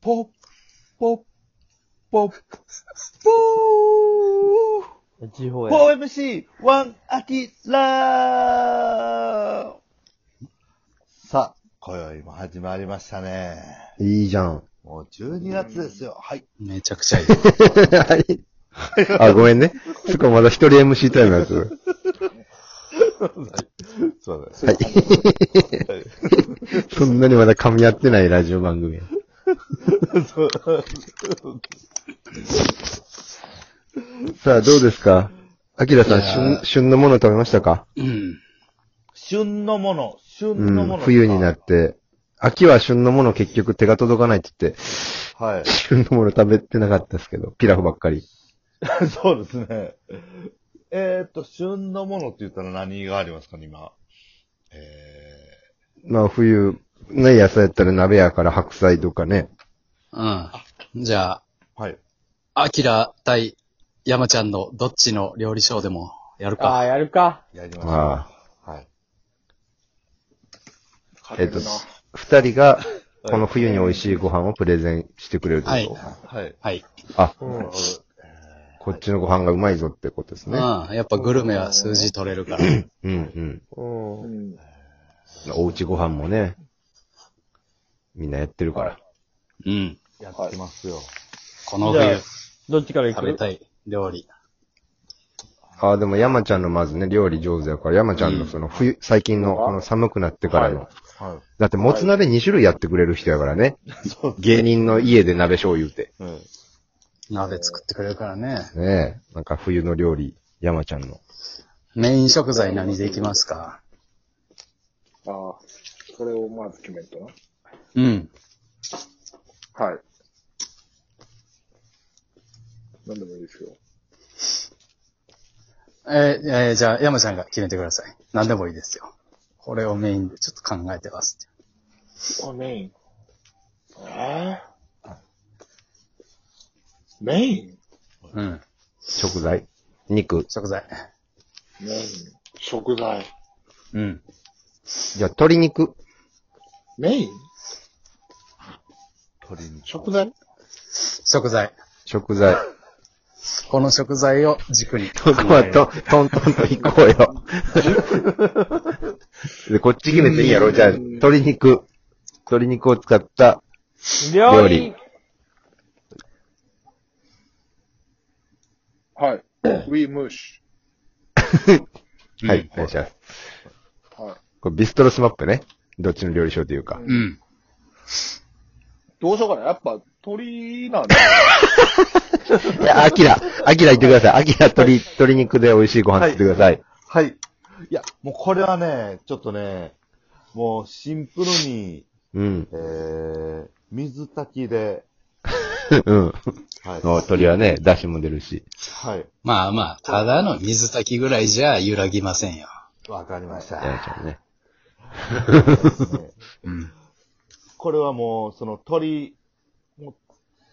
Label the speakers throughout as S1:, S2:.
S1: ポッ、ポッ、ポッ、ポー
S2: 地方や。
S1: !4MC1 アキラーさあ、今宵も始まりましたね。
S3: いいじゃん。
S1: もう12月ですよ。はい。
S4: めちゃくちゃいい。
S3: はい。あ、ごめんね。そこまだ一人 MC タイムのやつ。
S1: そうだ
S3: はい。そんなにまだ噛み合ってないラジオ番 組や。さあ、どうですかアキラさん、
S4: いやー
S3: 旬、旬のもの食べましたか
S4: うん。
S1: 旬のもの、
S3: う
S1: 旬のも
S3: ん
S1: の。。
S3: 冬になっ。て。秋は旬のもの結局手が届かないって言って、
S1: は
S3: 旬のもの食べてなかったですけど、ピラフばっかり。
S1: い。 そうですね。えーっと、旬のものって言ったら何がありますかね、今。え
S3: まあ冬、ね、野菜やったら鍋やから白菜とかね。
S4: うん。じゃ
S1: ー、はい。
S4: あ、アキラ対山ちゃんのどっちの料理ショーでもやる
S5: あ
S4: か。
S5: あ、やるか。
S1: やりましょう。
S3: ま
S1: はい。
S3: あ、えっ、と、二人が、この冬に美味しいご飯をプレゼンしてくれるでしょ。
S4: はい。
S1: はい。
S4: はい。
S3: あ、
S1: うん
S3: こっちのご飯がうまいぞってことですね。
S4: うん。やっぱグルメは数字取れるから。
S3: うんうん。
S5: うん。
S3: おうちご飯もね、みんなやってるから。
S4: うん。
S1: やってますよ。
S4: この
S5: じゃ
S4: 冬
S5: あどっちから行
S4: 食べ
S5: く
S4: たい料理。
S3: ああ、でも山ちゃんのまずね、料理上手やから、山ちゃんのその冬、最近のこの寒くなってからの。
S1: は
S3: だって、もつ鍋2種類やってくれる人やからね。
S1: い。そう。
S3: 芸人の家で鍋醤油って。
S1: うん。
S4: 鍋作ってくれるからね。
S3: ねえ。なんか冬の料理、山ちゃんの。
S4: メイン食材何でいきますか
S6: ああ、それをまず決めると
S4: うん。
S6: な。はい。何でもいいですよ。
S4: えーえーじゃあ山ちゃんが決めてください。何でもいいですよ。これをメインでちょっと考えてます。
S6: あ、メイン。えー、メイン
S4: うん。
S3: 食材。肉。
S4: 食材。
S6: メイン。食材。
S4: うん。
S3: じゃあ、鶏肉。
S6: メイン
S1: 鶏肉。
S6: 食材
S4: 食材。
S3: 食材。
S4: この食材を軸に考
S3: そこは
S4: える。
S3: トン、トントンと行こう よ。で、こっち決めていいやろじゃあ、鶏肉。鶏肉を使った。
S5: 料
S3: 理
S5: 理。
S6: はい。We mush.
S3: は
S4: うん
S3: い、お願いします。
S6: はい。
S3: これビストロスマップね。どっちの料理しようというか。
S4: うん。
S6: どうしようかな。やっぱ鳥なんだ。
S3: いや、アキラ、アキラ言ってください。アキラ鶏、鶏肉で美味しいご飯作ってください。
S1: はい。いや、もうこれはね、ちょっとね、もうシンプルに、
S3: うん。
S1: えー、水炊きで、
S3: うん。
S1: はい。
S3: 鶏はね、出汁も出るし。
S1: はい。
S4: まあまあ、ただの水炊きぐらいじゃ揺らぎませんよ。
S1: わかりまし
S3: 山
S1: た。
S3: ちゃんね。
S1: ね
S4: うん。
S1: これはもう、その鶏、もう、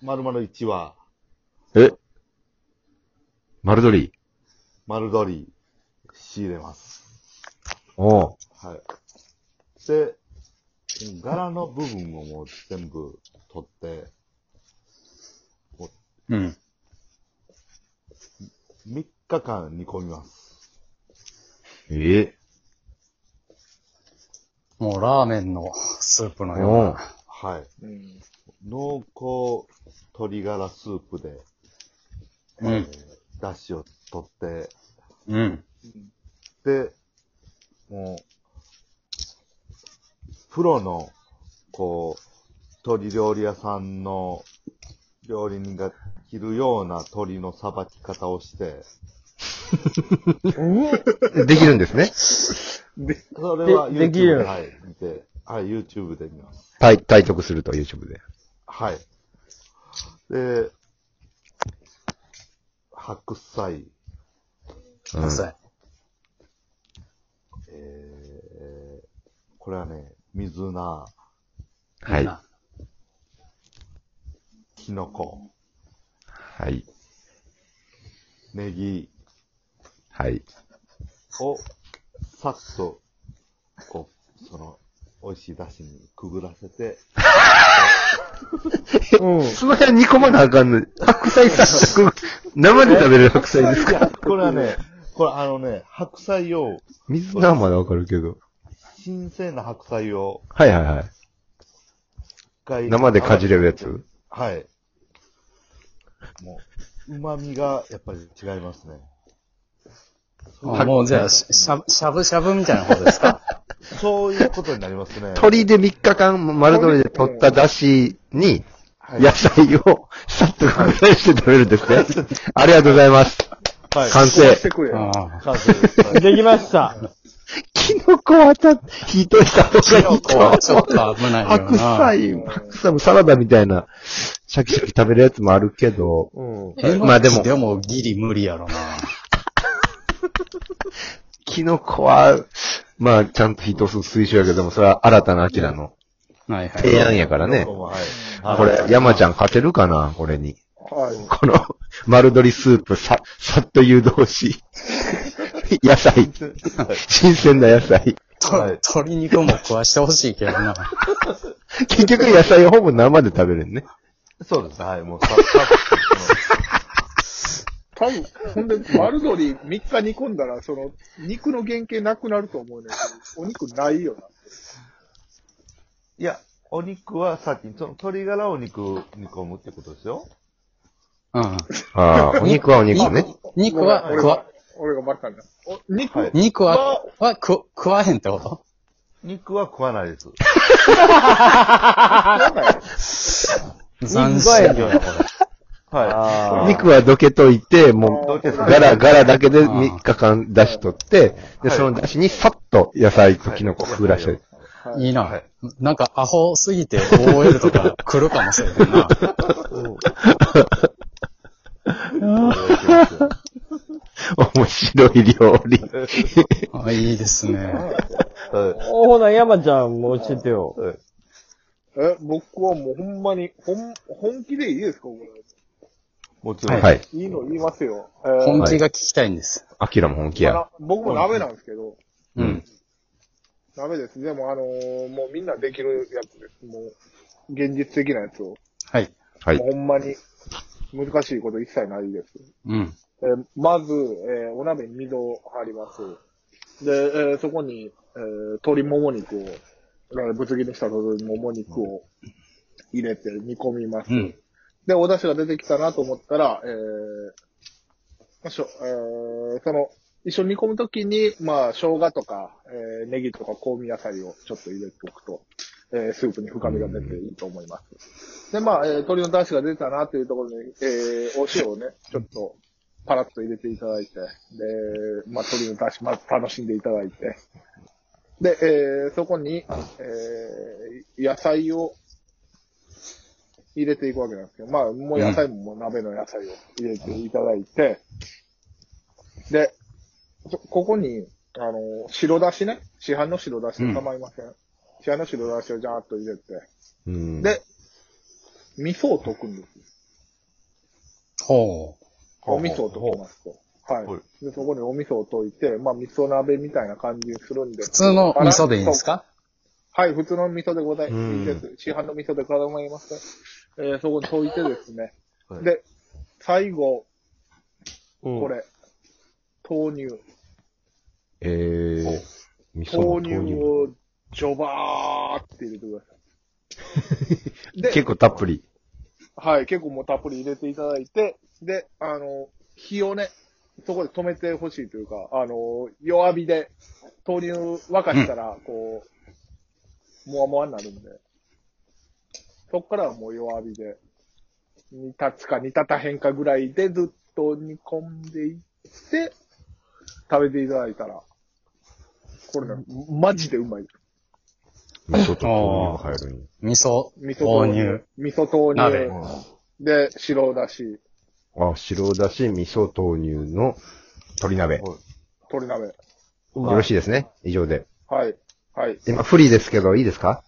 S1: 丸々1羽、
S3: え丸鶏。
S1: 丸鶏、仕入れます。
S3: おう。
S1: はい。で、柄の部分をもう全部取って、
S4: うん。
S1: 3日間煮込みます。
S3: え
S4: もうラーメンのスープのよう
S3: おう
S4: な。
S1: はい。
S6: うん。
S1: 濃厚鶏ガラスープで、
S4: うん
S1: えーだしを取って、
S4: うん。
S1: で、もう、プロの、こう、鶏料理屋さんの料理人が着るような鶏のさばき方をして、
S3: できるんですね。
S1: それは
S5: ででき
S1: YouTube
S5: る
S1: で、はい、見て、はい、YouTube で見ます。
S3: 体、体得すると、YouTube で。
S1: はい。で、白菜、
S3: うん
S4: そ。う
S1: えー、これはね、水菜、
S3: はい。
S4: な
S1: きのこ、
S3: はい。
S1: ネギ
S3: はい。
S1: を、さっと、こう、その、美味しい出汁にくぐらせて、
S5: うん。
S3: その辺煮込まなあかんの。白菜さ、生で食べれる白菜です
S1: い
S3: か
S1: や、これはね、これあのね、白菜を、
S3: 水菜はまだわかるけど。
S1: 新鮮な白菜を
S3: はいはいはい。
S1: 一回。
S3: 生でかじれるやつ。
S1: はい。もう、旨味がやっぱり違いますね。
S4: あもうじゃあ、ししゃぶ、しゃぶしゃぶみたいな方です か
S1: そういうことになりますね。
S3: 鶏で3日間丸鶏で取った出汁に、
S1: はい、
S3: 野菜をさっと拡大して食べるんですね。 ありがとうございます。
S1: はい。
S3: 完
S6: 壊
S3: 成
S6: し。てくれ。
S4: あ
S1: 完成です。はい
S5: できました。
S3: キノコはた、引いといた方
S4: キ
S3: がい
S4: ノ
S3: い
S4: コ
S3: と
S4: は
S3: は。
S4: ちょっと危ないよな。
S3: 白菜、白菜もサラダみたいな、シャキシャキ食べるやつもあるけど、
S4: え
S3: まあでも
S4: でもギリ無理やろな。
S3: キノコは、まあ、ちゃんと一つ推奨やけども、それは新たなアキラの
S4: はいはい。
S3: 提案やからね。
S1: どうもはい。
S3: これ、山ちゃん勝てるかなこれに。
S6: はい。
S3: この、丸鶏スープ、さ、さっと湯通し。野菜。新鮮な野菜。
S4: と
S1: はい
S4: 鶏肉も食わしてほしいけどな。
S3: 結局野菜をほぼ生で食べるね。
S1: そうです。はい。もうさ、さ
S6: 多分、ほんで、丸鶏3日煮込んだら、その、肉の原型なくなると思うねんけど。お肉ないよな。
S1: いや、お肉はさっき、その鶏ガラお肉煮込むってことですよ。
S4: うん。
S3: ああ、お肉はお肉ね。
S4: 肉は
S6: 俺
S4: 食わ
S6: が、、俺が丸かな。お肉、
S1: はい
S4: 肉は、は食わ、食わへんってこと
S1: 肉は食わないです。
S6: なんか
S4: 斬
S6: や
S4: 新や
S5: 肉は
S4: な、こ
S1: は
S5: あ
S3: 肉はどけといて、もう、
S1: い。どうですか
S3: ガラ、ガラだけで3日間出しとって、で、
S1: はい
S3: その出汁にさっと野菜とキノコをふらしといて。
S4: れ。いい
S1: は。
S4: ないなんかアホすぎて OL とか来るかもしれへん な。
S3: 面白い料理。
S4: あいいですね。
S1: はい
S5: おほな、山ちゃんも教えてよ。
S1: はい
S6: え、僕はもうほんまに、ほん、本気でいいですかこれ。
S1: もちろん。。
S3: はいい。
S6: いいの言いますよ。え
S4: 本
S6: ー
S4: 気が聞きたいんです。
S3: アキラも本気
S6: まあ
S3: や。
S6: な僕も鍋なんですけど、
S4: うん。
S6: 鍋です。でもあのーもうみんなできるやつです。もう、現実的なやつを。
S4: はい。
S3: はい
S6: もうほんまに、難しいこと一切ないです。
S4: うん。
S6: えーまず、えーお鍋に水を張ります。で、えーそこに、えー鶏もも肉を、えーぶつ切りした鶏もも肉を入れて煮込みます。
S4: うん。
S6: で、お出汁が出てきたなと思ったら、えーまあしょえーその、一緒に煮込むときに、まあ、生姜とか、えーネギとか香味野菜をちょっと入れておくと、えースープに深みが出ていいと思います。で、まあ、えー鶏の出汁が出たなというところに、えーお塩をね、ちょっと、パラッと入れていただいて、で、まあ、鶏の出汁、まず楽しんでいただいて、で、えーそこに、えー野菜を入れていくわけなんですけど、まあ、もう野菜ももう鍋の野菜を入れていただいて、で、そここに、あの、白だしね、市販の白だしで構いません。市販の白だしをジャーっと入れて、
S3: うん
S6: で、味噌を溶くんです。
S4: ほう。
S1: ほう
S6: お味噌を溶きますと。
S1: ほ
S6: は
S1: う
S6: い。で、そこにお味噌を溶いて、まあ、味噌鍋みたいな感じにするんです
S4: 普通の味噌でいいんですか
S6: はい、普通の味噌でござい
S3: うん
S6: ます。市販の味噌で固まりますね。えーそこに溶いてですね。
S1: はい
S6: で、最後、
S5: うん
S6: こ。れ、豆乳。
S3: えー、味噌の
S6: 豆乳をジョバーって入れてくださ い。で
S3: 結構たっぷり。
S6: はい、結構もうたっぷり入れていただいて、で、あの、火をね、そこで止めてほしいというか、あの、弱火で豆乳沸かしたら、こう、もわもわになるんで、そこからはもう弱火で、煮立つか煮立たへんかぐらいでずっと煮込んでいって、食べていただいたら、これね、マジでうまいです。
S3: 味噌と豆乳が入るんや
S4: 味噌、
S6: 味噌
S4: 豆
S6: 豆
S4: 乳
S6: 乳。。味噌
S4: 鍋
S6: 豆乳。で、白だし、
S3: あ、白だし、味噌、豆乳の鶏鍋。
S6: 鶏鍋。
S3: よろしいですね。以上で。
S6: はい。はい。
S3: 今、フリーですけど、いいですか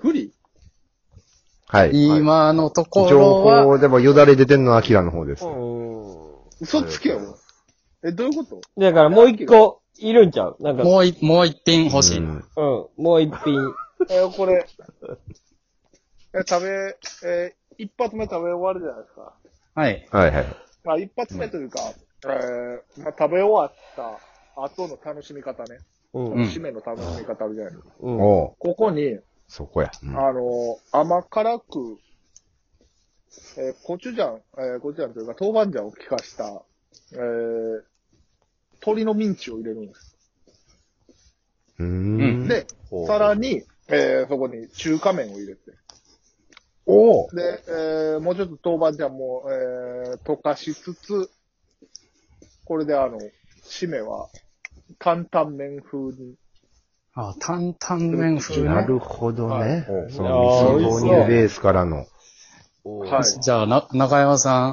S6: 不利
S3: はい。
S4: 今のところ
S3: 情
S4: は、
S3: 報でもよだれ出てんのはアキラの方です。
S5: う
S6: 嘘つけよ。え、どういうこと
S5: ん。だからもう一個、いるんちゃうなんか、
S4: もうい、もう一品欲しい。
S3: うん
S5: うん。もう一品。
S6: え、これ、 え食べ、えー一発目食べ終わるじゃないですか。
S4: は
S3: は
S4: い。
S3: いはい。
S6: まあ、一発目というか、えーまあ、食べ終わった後の楽しみ方ね。
S5: うん。
S4: うん
S6: 締めの楽しみ方あるじゃないですか。
S5: うん。
S3: おう
S6: ここに、
S3: そこや。うん
S6: あの、甘辛く、えーコチュジャン、えーコチュジャンというか、豆板醤を効かした、えー鶏のミンチを入れるんです。
S3: うー。
S4: うん
S6: で、
S1: ほう
S6: さら、に、えーそこに中華麺を入れて。
S3: おう
S6: で、えーもうちょっと豆板醤も、えー溶かしつつ、これであの、締めは、担々麺風に。
S4: あ、担々麺風
S3: な
S4: ね。
S3: るほどね。そ
S5: あー
S3: の味
S5: 美味
S3: 噌
S5: しそう
S3: 豆乳ベースからの。
S1: お
S6: はい
S4: じゃあ、な、中山さ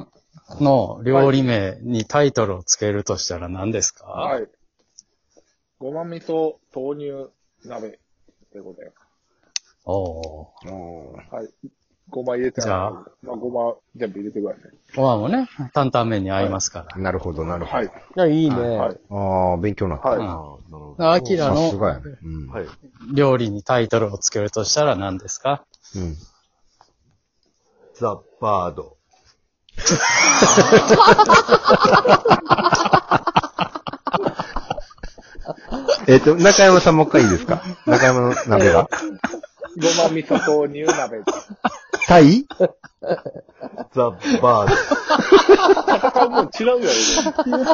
S4: んの料理名にタイトルをつけるとしたら何ですか。
S6: はいい。ごま味噌豆乳鍋でございます。
S4: おー。
S6: はい。ごま入れて
S4: じゃあ
S6: まあ、ごま全部入れてください。
S4: ご飯もね、担々麺に合いますから。
S3: なるほど、なるほ
S6: はい。
S5: いや、いいね。
S6: はい。
S3: ど。ああ、勉強になった。
S6: はい。
S4: うん
S1: あーなるほど。
S4: アキラ
S3: さすがや
S4: の
S3: ね。うん。
S1: はい。
S4: 料理にタイトルをつけるとしたら何ですか
S3: うん
S1: ザ・バード。
S3: えっと、中山さんもう一回いい ですか中山の鍋 が。
S6: ごま味噌豆乳鍋。
S3: タイ
S1: ザ・バード。
S6: 戦うもん違うよ、ね。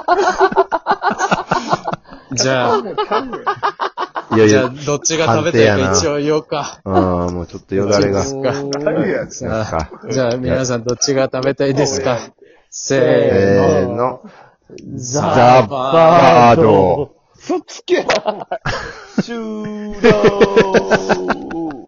S4: じゃあ、
S6: もうちゃうよ。
S3: いやい
S4: じゃあ、
S3: や、
S4: どっちが食べたいか
S3: 判定
S4: 一
S3: や
S4: 応言おうか。
S3: ああ、もうちょっとよだれが。
S5: う
S3: そ
S5: ん
S6: ちゃうやつ。
S3: うか。
S4: じゃあ、皆さんどっちが食べた いですか
S3: せ
S4: せー
S3: ー
S4: の。
S3: の。
S4: ザ
S3: バード。
S6: そっつけよ。
S1: 終了